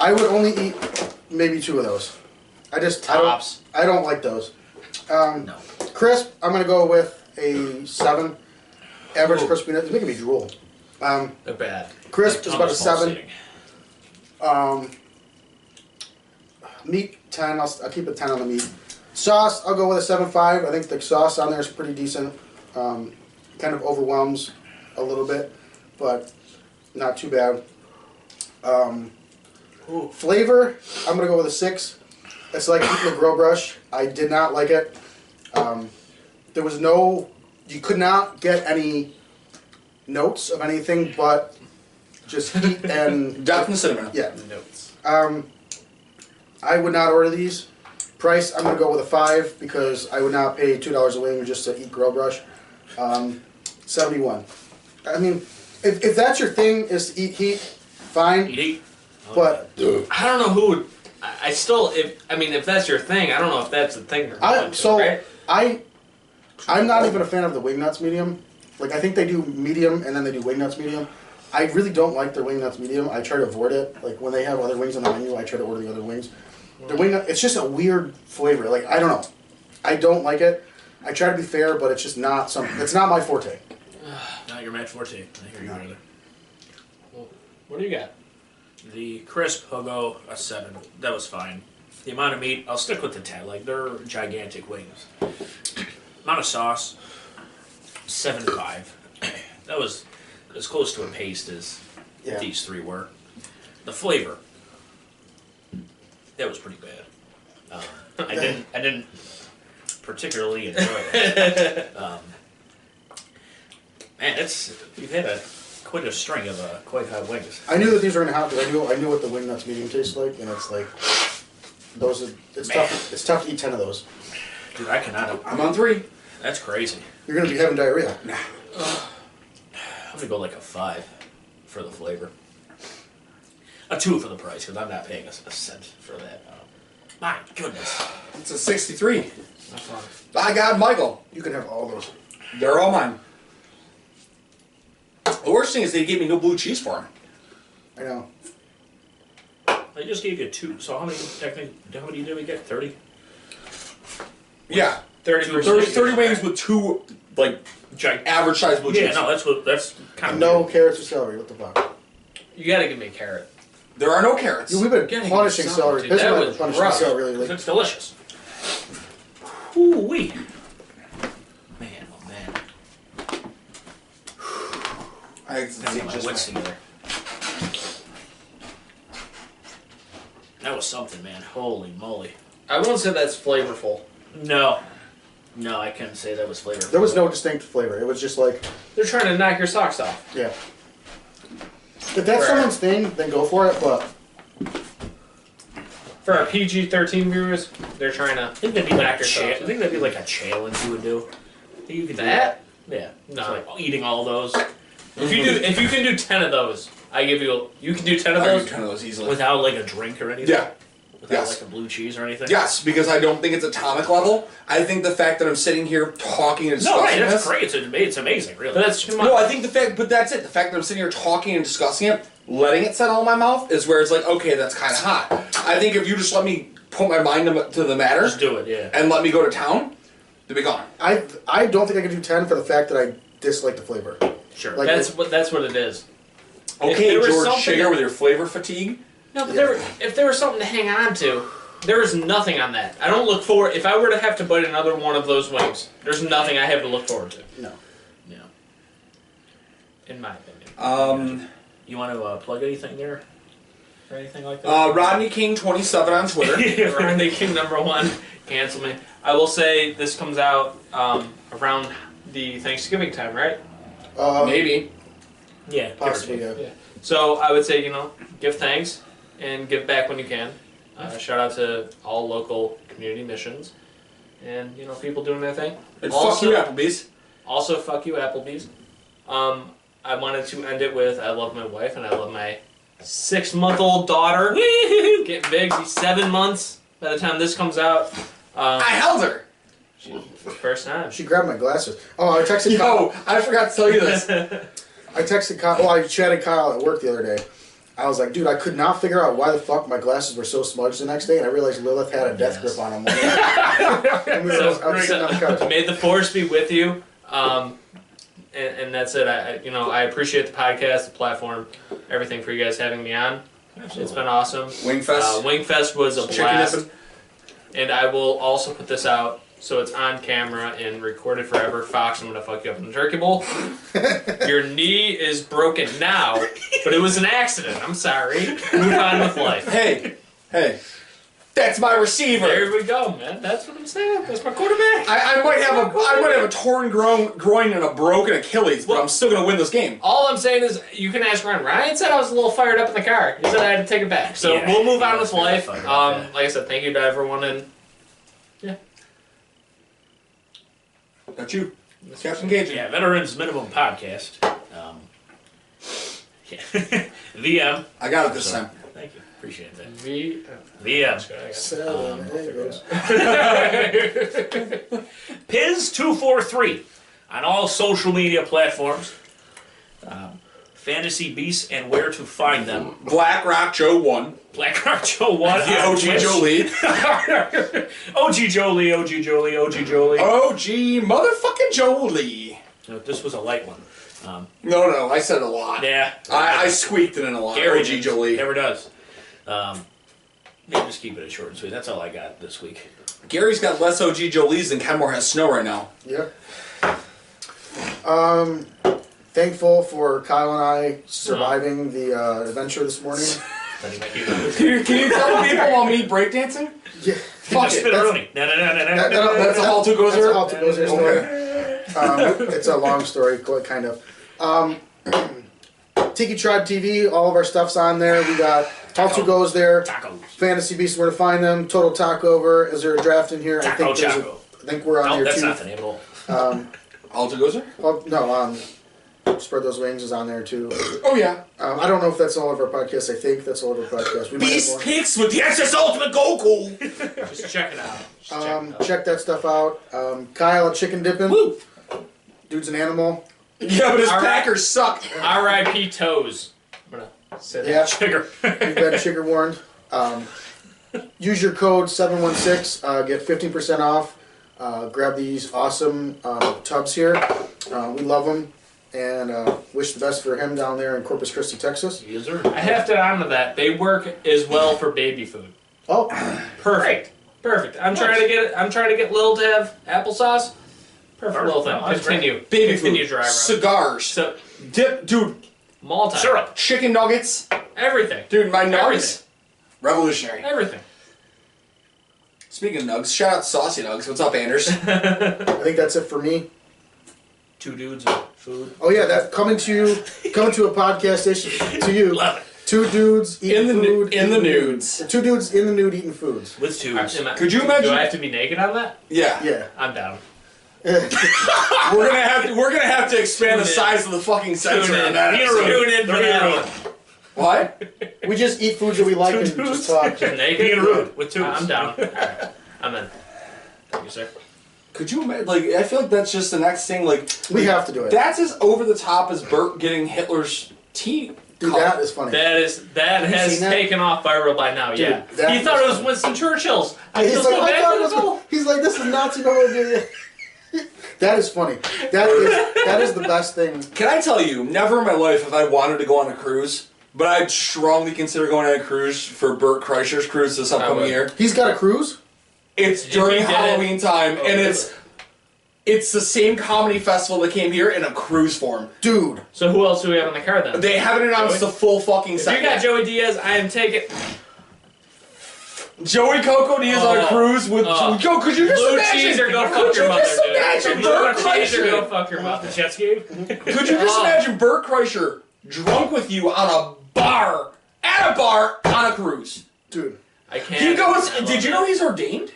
C: I would only eat maybe two of those. I just
D: Tops.
C: I don't I don't like those. Um,
D: No.
C: Crisp, I'm gonna go with a seven. Average crispiness. It's making me drool.
E: They're bad.
C: Crisp is about a
D: Almost false
C: seven.
D: seating.
C: Meat ten. I'll, I'll keep a ten on the meat. Sauce. I'll go with a seven five. I think the sauce on there is pretty decent. Um, kind of overwhelms a little bit, but not too bad. Um, flavor. I'm gonna go with a six. It's like eating a grill brush. I did not like it. Um, there was no. You could not get any notes of anything but just heat and
B: Death and cinnamon.
C: yeah. Um,
D: Notes.
C: I would not order these. Price, I'm gonna go with a five because I would not pay two dollars a wing just to eat grill brush. Um, Seventy-one. I mean, if, if that's your thing is to eat heat, fine.
D: Eat, eat.
C: But
E: I don't know who would. I I still, if I mean, if that's your thing, I don't know if that's the thing. you're
C: I
E: going to,
C: so
E: right?
C: I I'm not even a fan of the wing nuts medium. Like I think they do medium and then they do wing nuts medium. I really don't like their wing nuts medium. I try to avoid it. Like when they have other wings on the menu, I try to order the other wings. The wing nut, it's just a weird flavor. Like I don't know. I don't like it. I try to be fair, but it's just not some. It's not my forte.
D: Not your match forte. I hear you, brother.
E: what do you got?
D: The crisp, I'll go a seven. That was fine. The amount of meat, I'll stick with the ten. Like they're gigantic wings. Amount of sauce, seven five. That was as close to a paste as
C: Yeah.
D: these three were. The flavor, that was pretty bad. Um, I didn't. I didn't particularly enjoy it. um, man, it's you've had a quite a string of uh, quite high wings.
C: I knew that these were gonna happen. 'cause I knew I knew what the wing nuts medium tastes like, and it's like those. Are, it's tough. It's tough to eat ten of those.
D: Dude, I cannot.
B: I'm on three.
D: That's crazy.
C: You're gonna be having diarrhea.
D: I'm gonna go like a five for the flavor. A two for the price because I'm not paying a, a cent for that. Uh, my goodness.
B: It's a 63.
D: Not fun.
B: By God, Michael.
C: You can have all those.
B: They're all mine. The worst thing is they gave me no blue cheese for them.
C: I know.
D: I just gave you two. So how many technically? How many did we get? Thirty.
B: Yeah.
E: 30
D: Two-
B: 30, 30 wings with two, like,
D: Giant.
B: average sized blue
D: Yeah,
B: cheese.
D: no, that's what that's kind of
C: No carrots or celery. What the fuck?
E: You gotta give me a carrot.
B: There are no carrots.
C: Dude, we've been
E: Gotta get
C: punishing
E: some,
C: celery.
E: dude.
C: This
E: That
C: one
E: was
C: punishing
E: rough.
C: celery lately.
D: It's delicious. Ooh wee. Man, oh man.
B: I can see
D: Gotta get my
B: just
D: wits
B: fine.
D: together. That was something, man. Holy moly.
E: I won't say that's flavorful.
D: No. No, I couldn't say that was flavorful.
C: There was no distinct flavor. It was just like,
E: They're trying to knock your socks off.
C: yeah. If that's
E: Right.
C: someone's thing, then go for it. But
E: For our PG 13 viewers, they're trying to.
D: I think that'd be like
E: Knock
D: a
E: your
D: cha-
E: socks
D: I think that'd be like a challenge you would do. I think you could do
E: That?
D: Yeah. No.
E: No.
D: like eating all those
E: If you do, if you can do 10 of those, I give you. You can do 10 of
B: I can
E: those.
B: turn those easily.
D: without like a drink or anything.
B: yeah.
D: Without
B: yes.
D: like a blue cheese or anything.
B: Yes, because I don't think it's atomic level. I think the fact that I'm sitting here talking and
D: No,
B: discussing
D: right. That's
B: this.
D: great. It's, ama- it's amazing, really.
E: But that's too much.
B: No, I think the fact, but that's it. The fact that I'm sitting here talking and discussing it, letting it settle in my mouth, is where it's like, okay, that's kind of hot. I think if you just let me put my mind to- to the matter
D: Just do it. Yeah.
B: and let me go to town, they'll be gone.
C: I, I don't think I could do ten for the fact that I dislike the flavor.
D: Sure.
C: Like-
E: That's what that's what it is. If
B: Okay,
E: there was
B: George
E: something
B: Shager
E: that-
B: with your flavor fatigue.
E: No, but there, if there was something to hang on to, there is nothing on that. I don't look forward. If I were to have to bite another one of those wings, there's nothing I have to look forward to,
C: No.
D: Yeah.
E: in my opinion.
B: Um,
D: You want to uh, plug anything there, or anything like that?
B: uh, Rodney King twenty seven on
E: Uh,
B: Twitter.
E: Randy King number one, cancel me. I will say this comes out um, around the Thanksgiving time, right?
C: Um,
B: Oh, Maybe
D: yeah. give or
C: Possibly,
D: take.
C: yeah.
E: So I would say, you know, give thanks and give back when you can. Uh, shout out to all local community missions and, you know, people doing their thing.
B: and fuck
E: Also-
B: you, Applebee's.
E: Also, fuck you, Applebee's. Um, I wanted to end it with I love my wife and I love my six month old daughter. Getting big. She's seven months by the time this comes out. Um,
B: I held her.
E: she- first time.
C: She grabbed my glasses. Oh, I texted Kyle.
B: Yo, I forgot to tell you this.
C: I texted Kyle. Well, I chatted Kyle at work the other day. I was like, dude, I could not figure out why the fuck my glasses were so smudged the next day, and I realized Lilith had a death grip on them. and we were "Oh, both out sitting on the couch.
E: May the force be with you. Um, and, and that's it. I, I- you know, I appreciate the podcast, the platform, everything for you guys having me on. It's been awesome.
B: Wingfest.
E: Uh, Wingfest was a
B: Chicken
E: blast.
B: nippin'.
E: And I will also put this out so it's on camera and recorded forever. Fox, I'm gonna fuck you up in the turkey bowl. Your knee is broken now, but it was an accident. I'm sorry. Move on with life.
B: Hey, hey, that's my receiver.
E: There we go, man. That's what I'm saying. That's my quarterback.
B: I, I might have a I might have a torn groin, groin and a broken Achilles, but I'm still gonna win this game.
E: All I'm saying is, you can ask Ryan. Ryan said I was a little fired up in the car. He said I had to take it back. So
D: Yeah.
E: we'll move on
D: Yeah, I was
E: with life.
D: fired up,
E: Um,
D: yeah.
E: Like I said, thank you to everyone, and
B: That's you, Captain Cajun.
D: Yeah, Veterans Minimum Podcast. Um, yeah. VM.
B: I got it this time.
D: Thank you. Appreciate that.
E: V.
D: VM.
C: So, there it goes.
D: Piz243 on all social media platforms. Um, Fantasy Beasts and where to find them.
B: Black Rock Joe won.
D: Black Rock Joe 1.
B: The OG Jolie.
D: OG Jolie, OG Jolie, OG Jolie.
B: Oh. OG motherfucking Jolie.
D: No, this was a light one.
B: No, no, I said a lot.
D: Yeah.
B: I, I squeaked it in a lot.
D: Gary
B: OG Jolie.
D: Never does. Um, yeah, just keep it short and sweet. That's all I got this week.
B: Gary's got less OG Jolies than Kenmore has snow right now.
C: Yeah. Um, thankful for Kyle and I surviving the uh, adventure this morning.
D: Letting my humor-
B: Can you, can you tell people I'm me breakdancing?
C: Yeah.
B: Fuck
D: Just
B: it.
D: been a
B: That's,
D: rooney. No, no, no, no, no,
C: That-
D: no,
C: that'll-
D: no,
B: that's
D: no.
B: a how to goes
C: That's a
B: there.
C: how to goes there story.
B: Okay.
C: Um, it's a long story, quite- kind of. Um, Tiki Tribe TV, all of our stuff's on there. We got How To
D: Taco.
C: Goes there,
D: Tacos.
C: Fantasy Beasts, where to find them, Total Takeover. Is there a draft in here?
D: Taco
C: there's a-
D: Chaco.
C: I think we're on
D: No,
C: here
D: that's
C: too.
D: not the name at all.
B: Alta Gozer?
C: Oh, no, um, Spread Those Wings is on there too.
B: Oh, yeah.
C: Um, I don't know if that's all of our podcasts. I think that's all of our podcasts. We might have
B: Beast
C: more.
B: Picks with the SS Ultimate Goku!
E: Just check it out. Just check it
C: Um,
E: out.
C: check that stuff out. Um, Kyle at Chicken Dippin'.
B: Woo!
C: Dude's an animal.
B: Yeah, but his
E: All right.
B: Packers suck.
E: R.I.P. Toes. I'm gonna say that.
C: Yeah.
E: Sugar.
C: We've had trigger warned. Um, use your code 716. Uh, get 15% off. Uh, grab these awesome uh, tubs here. Uh, we love them. And uh, wish the best for him down there in Corpus Christi, Texas.
D: User.
E: I have to honor that. They work as well for baby food.
C: Oh,
E: Perfect. Perfect. I'm trying to get. I'm trying to get Lil to have applesauce. Perfect little thing.
D: Oh, that's
E: Continue.
B: Baby
E: Continue,
B: food,
E: dry rub.
B: cigars,
E: So
B: dip, dude,
E: multi
D: Syrup.
B: chicken nuggets,
E: Everything.
B: dude, my nugs,
E: Everything.
B: revolutionary.
E: Everything.
B: Speaking of nugs, shout out Saucy Nugs. What's up, Anders?
C: I think that's it for me.
D: Two dudes with food.
C: Oh yeah, that coming to you, coming to a podcast station to you.
D: Love it.
C: Two dudes
B: In
C: eating
B: the nu-
C: food.
B: in the
C: eating-
B: nudes.
C: Two dudes in the nude eating foods.
D: With dudes.
E: Am I-
B: Could you
E: Do
B: imagine-
E: I have to be naked on that?
B: Yeah.
C: Yeah.
E: I'm down.
B: We're gonna have to, we're gonna have to expand the
E: Tune in.
B: size of the fucking
D: Tune
B: sensor on
D: in.
B: that. episode.
D: Tune in for
E: Don't be
D: that
E: rude.
D: one.
B: What?
C: We just eat foods that we like and just talk.
E: Naked.
D: Being rude with two.
E: I'm down. All right. I'm in. Thank you, sir.
B: Could you imagine? Like, I feel like that's just the next thing. Like,
C: We have to do it.
B: that's as over the top as Bert getting Hitler's teeth.
C: Dude, that is funny.
E: That is that
C: you
E: has
C: seen that?
E: taken off viral by now. yeah,
C: that
E: he thought it
C: was-
E: was Winston Churchill's. I
C: He's
E: just
C: like, "Oh,
E: go
C: I
E: back
C: thought
E: to
C: it
E: the
C: was
E: goal.
C: cool. He's like, this is Nazi propaganda. that is funny. That is that is the best thing.
B: Can I tell you? Never in my life have I wanted to go on a cruise, but I'd strongly consider going on a cruise for Bert Kreischer's cruise this upcoming
E: would.
B: year.
C: He's got a cruise.
B: It's
E: If you
B: during
E: get it-
B: Halloween time,
E: Oh,
B: and it's it's the same comedy festival that came here in a cruise form.
C: Dude.
E: So who else do we have on the card then?
B: They haven't announced
E: Joey?
B: the full fucking
E: If you
B: set.
E: got
B: yet.
E: Joey Diaz, I am taking.
B: Joey Coco Diaz on a
E: Oh.
B: cruise with
E: Oh.
B: Yo, could you just
E: Blue
B: imagine?
E: cheese or go
B: could
E: fuck your
B: you
E: mother,
B: just
E: dude.
B: imagine
E: Blue
B: Bert
E: cheese or go
B: Kreischer?
E: fuck your mother.
D: Jet ski.
B: Could you just
E: Oh.
B: imagine Bert Kreischer drunk with you on a bar at a bar on a cruise?
C: Dude.
E: I can't.
B: He goes.
E: I love
B: Did you
E: that.
B: know he's ordained?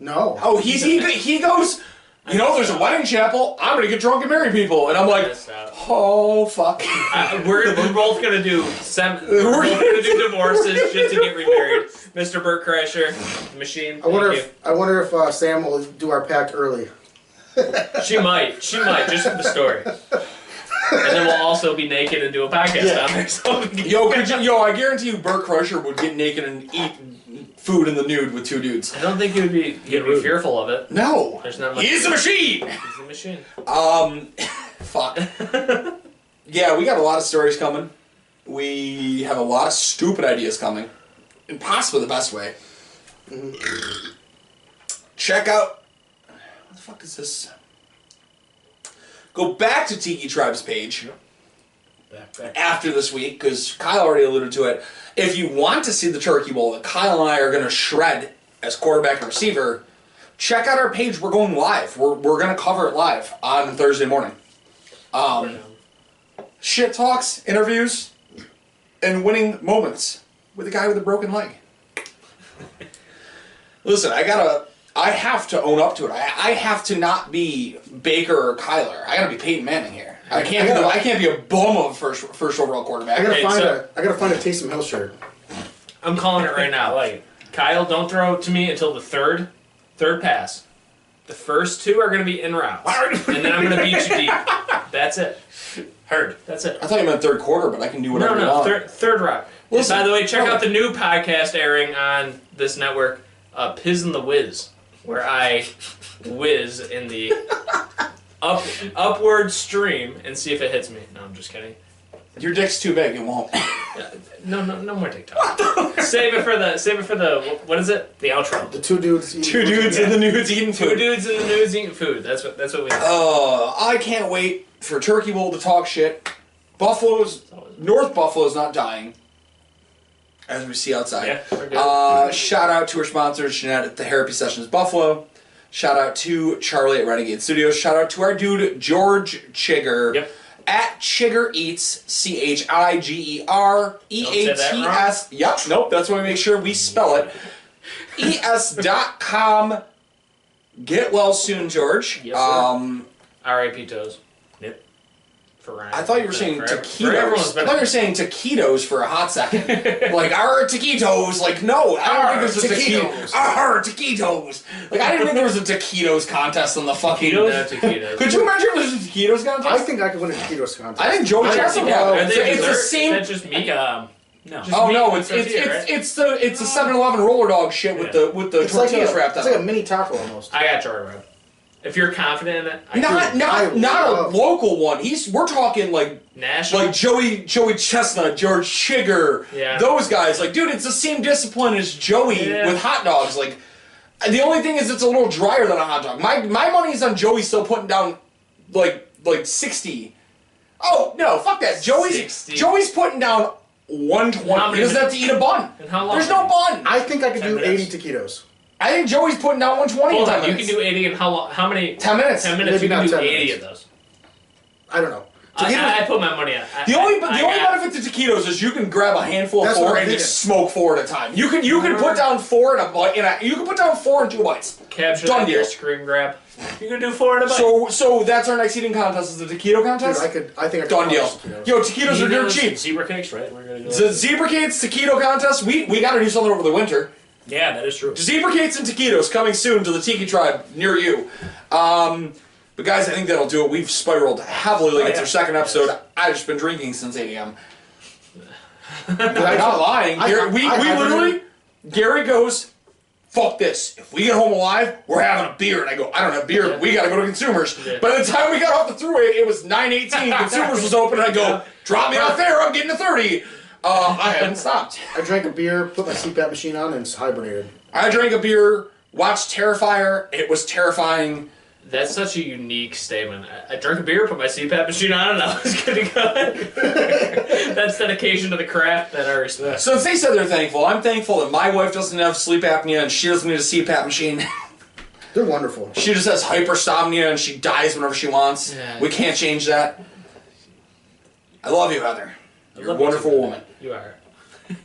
C: No.
B: Oh, he's he, he goes. You know, there's a wedding chapel. I'm gonna get drunk and marry people, and I'm like,
E: That's not-
B: oh fuck.
E: I- we're, we're both gonna do sem- we're both gonna do divorces just to get remarried. Mr. Burt Kreischer, machine.
C: I wonder
E: thank
C: if I wonder if uh, Sam will do our pact early.
E: you. she might. She might just for the story. And then we'll also be naked and do a podcast
C: Yeah.
E: on there. So we can-
B: Yo, could you, yo, I guarantee you, Bert Kreischer would get naked and eat food in the nude with two dudes.
E: I don't think you'd be you'd be
D: rude.
E: fearful of it.
B: No,
E: There's not much.
B: he's a machine.
E: He's a machine.
B: Um, fuck. yeah, we got a lot of stories coming. We have a lot of stupid ideas coming, in possibly the best way. Mm-hmm. Check out. What the fuck is this? Go back to Tiki Tribe's page
D: Back, back.
B: after this week because Kyle already alluded to it. If you want to see the turkey bowl that Kyle and I are going to shred as quarterback and receiver, check out our page. We're going live. We're, we're going to cover it live on Thursday morning. Um, shit talks, interviews, and winning moments with a guy with a broken leg. Listen, I gotta. I have to own up to it. I, I have to not be Baker or Kyler. I gotta be Peyton Manning here. I can't. be, the- I can't be a bum of a first first overall quarterback.
C: I gotta
E: Hey,
C: find
E: so-
C: a I gotta find a Taysom Hill shirt.
E: I'm calling it right now.
D: Like it.
E: Kyle, don't throw it to me until the third, third pass. The first two are gonna be in routes, and then I'm gonna beat you deep. That's it. Heard. That's it.
B: I thought you meant third quarter, but I can do whatever
E: No,
B: I
E: no,
B: want.
E: third, third round. And
B: Listen,
E: by the way, check
B: no.
E: out the new podcast airing on this network, uh, Piz and the Whiz, where I whiz in the up upward stream and see if it hits me. No, I'm just kidding.
B: Your dick's too big. It won't.
E: No, no, no more TikTok. save it for the save it for the what is it? The outro.
C: The two dudes. eat-
B: Two dudes in the nudes eating
E: Two
B: food.
E: dudes in the news eating food. That's what that's what we.
B: Uh, I can't wait for Turkey Bowl to talk shit. Buffalo's North Buffalo's not dying, as we see outside.
E: Yeah, we're good.
B: Uh, shout out to our sponsors, Jeanette at the Therapy Sessions Buffalo. Shout out to Charlie at Renegade Studios. Shout out to our dude George Chigger
E: Yep.
B: at Chigger Eats, C H I G E R E A
E: Don't say
B: T
E: that
B: S. Yep, nope, that's why we make sure we spell it. E S dot com. Get well soon, George.
E: Yes, sir.
B: um,
E: R.I.P. Toes.
D: Yep.
E: For Ryan.
B: I thought you were
E: For
B: saying
E: every- For everyone's
B: taquitos. I thought you were saying taquitos for a hot second. like, our taquitos. Like, no, I don't Arr,
C: think there's a
B: taquitos.
C: taquitos.
B: Our taquitos. Like, I didn't think there was a taquitos contest in the fucking.
E: Taquitos? No, taquitos.
B: Could you imagine if there's a taquitos contest?
C: I think I could win a taquitos contest.
B: I think Joe
E: Are they
B: Jackson.
E: together? Are
B: it's,
E: they
B: it's the
E: dessert?
B: same.
E: Is that just meat?
D: Like, um, no.
B: oh
E: meat
B: no!
E: with
B: It's it's
E: tortilla,
B: it's,
E: right?
B: it's the it's the 7-Eleven roller dog shit with the with the
C: it's like a,
B: tortillas wrapped
C: it's like a
B: up.
C: mini taco almost.
E: I got Jar Rod. If you're confident in it, I
B: Not
E: do.
C: I
B: not not
C: love-
B: a local one. He's we're talking like
E: national.
B: like Joey Joey Chestnut, George Chigger,
E: Yeah.
B: those guys. Like, dude, it's the same discipline as Joey
E: Yeah.
B: with hot dogs. Like, the only thing is, it's a little drier than a hot dog. My my money's on Joey still putting down like like sixty. Oh no, fuck that. Joey's
E: 60.
B: Joey's putting down one
E: How
B: twenty.
E: many
B: He doesn't have to eat a bun.
E: And how long
B: There's no bun. I,
C: I think I could do
E: Ten minutes.
C: 80 taquitos.
B: I think Joey's putting down one twenty.
E: Hold on, you can do 80 and how long? How many?
B: 10 minutes.
E: 10 minutes,
C: Maybe
E: you can
C: not
E: do
C: 10
E: 80
C: minutes.
E: of those.
C: I don't know.
E: I,
B: Taquitos-
E: I, I put my money on it. I-
B: The only the
E: I- I
B: only
E: got-
B: benefit to taquitos is you can grab a handful of
C: That's what
B: four
C: I'm
B: and just
C: thinking.
B: smoke four at a time. You can you can put down four in a bite. In a, you can put down four in two bites.
E: Capture
B: Done
E: that
B: deal.
E: deal. screen grab. You can do four in a bite.
B: So so that's our next eating contest is the taquito
C: Dude,
B: contest.
C: I could. I think I could.
B: Done
C: do
B: deal.
C: taquitos.
B: Yo, taquitos are dirt
D: Needles,
B: cheap.
D: Zebra cakes, right? We're gonna go.
B: The zebra cakes taquito contest. We we got to do something over the winter.
D: yeah, that is true.
B: Zebra cakes and taquitos coming soon to the Tiki Tribe near you. Um, but guys, I think that'll do it. We've spiraled heavily.
C: Oh,
B: Like it's
D: yeah.
B: our second episode. I've just been drinking since 8 a.m.
C: Did I
B: I'm not
C: tell-
B: lying.
C: I-
B: Gary, we
C: I- I
B: we
C: haven't
B: literally, Gary goes, fuck this. If we get home alive, we're having a beer. And I go, I don't have beer. We got to go to consumers. By the time we got off the thruway, it was 9.18. consumers was open. And I go, drop me off there. I'm getting a 30. Uh, I haven't stopped.
C: I drank a beer, put my CPAP machine on, and hibernated.
B: I drank a beer, watched Terrifier. It was terrifying.
E: That's such a unique statement. I, I drank a beer, put my CPAP machine on, and I was good to go. That's dedication to the craft that I respect.
B: Since they said they're thankful, I'm thankful that my wife doesn't have sleep apnea and she doesn't need a CPAP machine.
C: They're wonderful.
B: she just has hypersomnia and she dies whenever she wants.
E: Yeah.
B: We can't change that. I love you, Heather. You're a
E: love you
B: wonderful
E: too,
B: woman.
E: You are.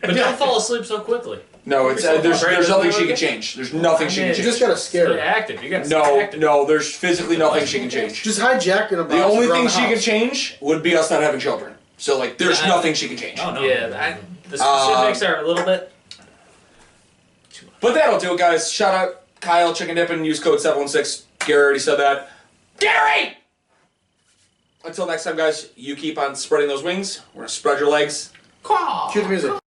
E: But don't fall asleep so quickly.
B: No, it's uh, there's
E: Brandon,
B: there's nothing she
E: you
B: can
E: okay?
B: change. There's nothing she can
E: Man,
C: You
B: change.
C: just gotta
E: Get
C: scare. her.
E: active. You got to
B: No,
E: active.
B: no, there's physically nothing she can change.
C: Just hijack in a box.
B: The only
C: around
B: thing
C: the
B: she can
C: house.
B: change would be us not having children. So like, there's
E: Yeah, I-
B: nothing she can change.
D: Oh no.
E: Yeah, I, the
B: Uh,
E: specifics are a little bit.
B: But that'll do it, guys. Shout out Kyle Chicken Dippin. Use code 716. Gary already said that. Gary! Until next time, guys, you keep on spreading those wings. We're going to spread your legs.
C: Cue the music.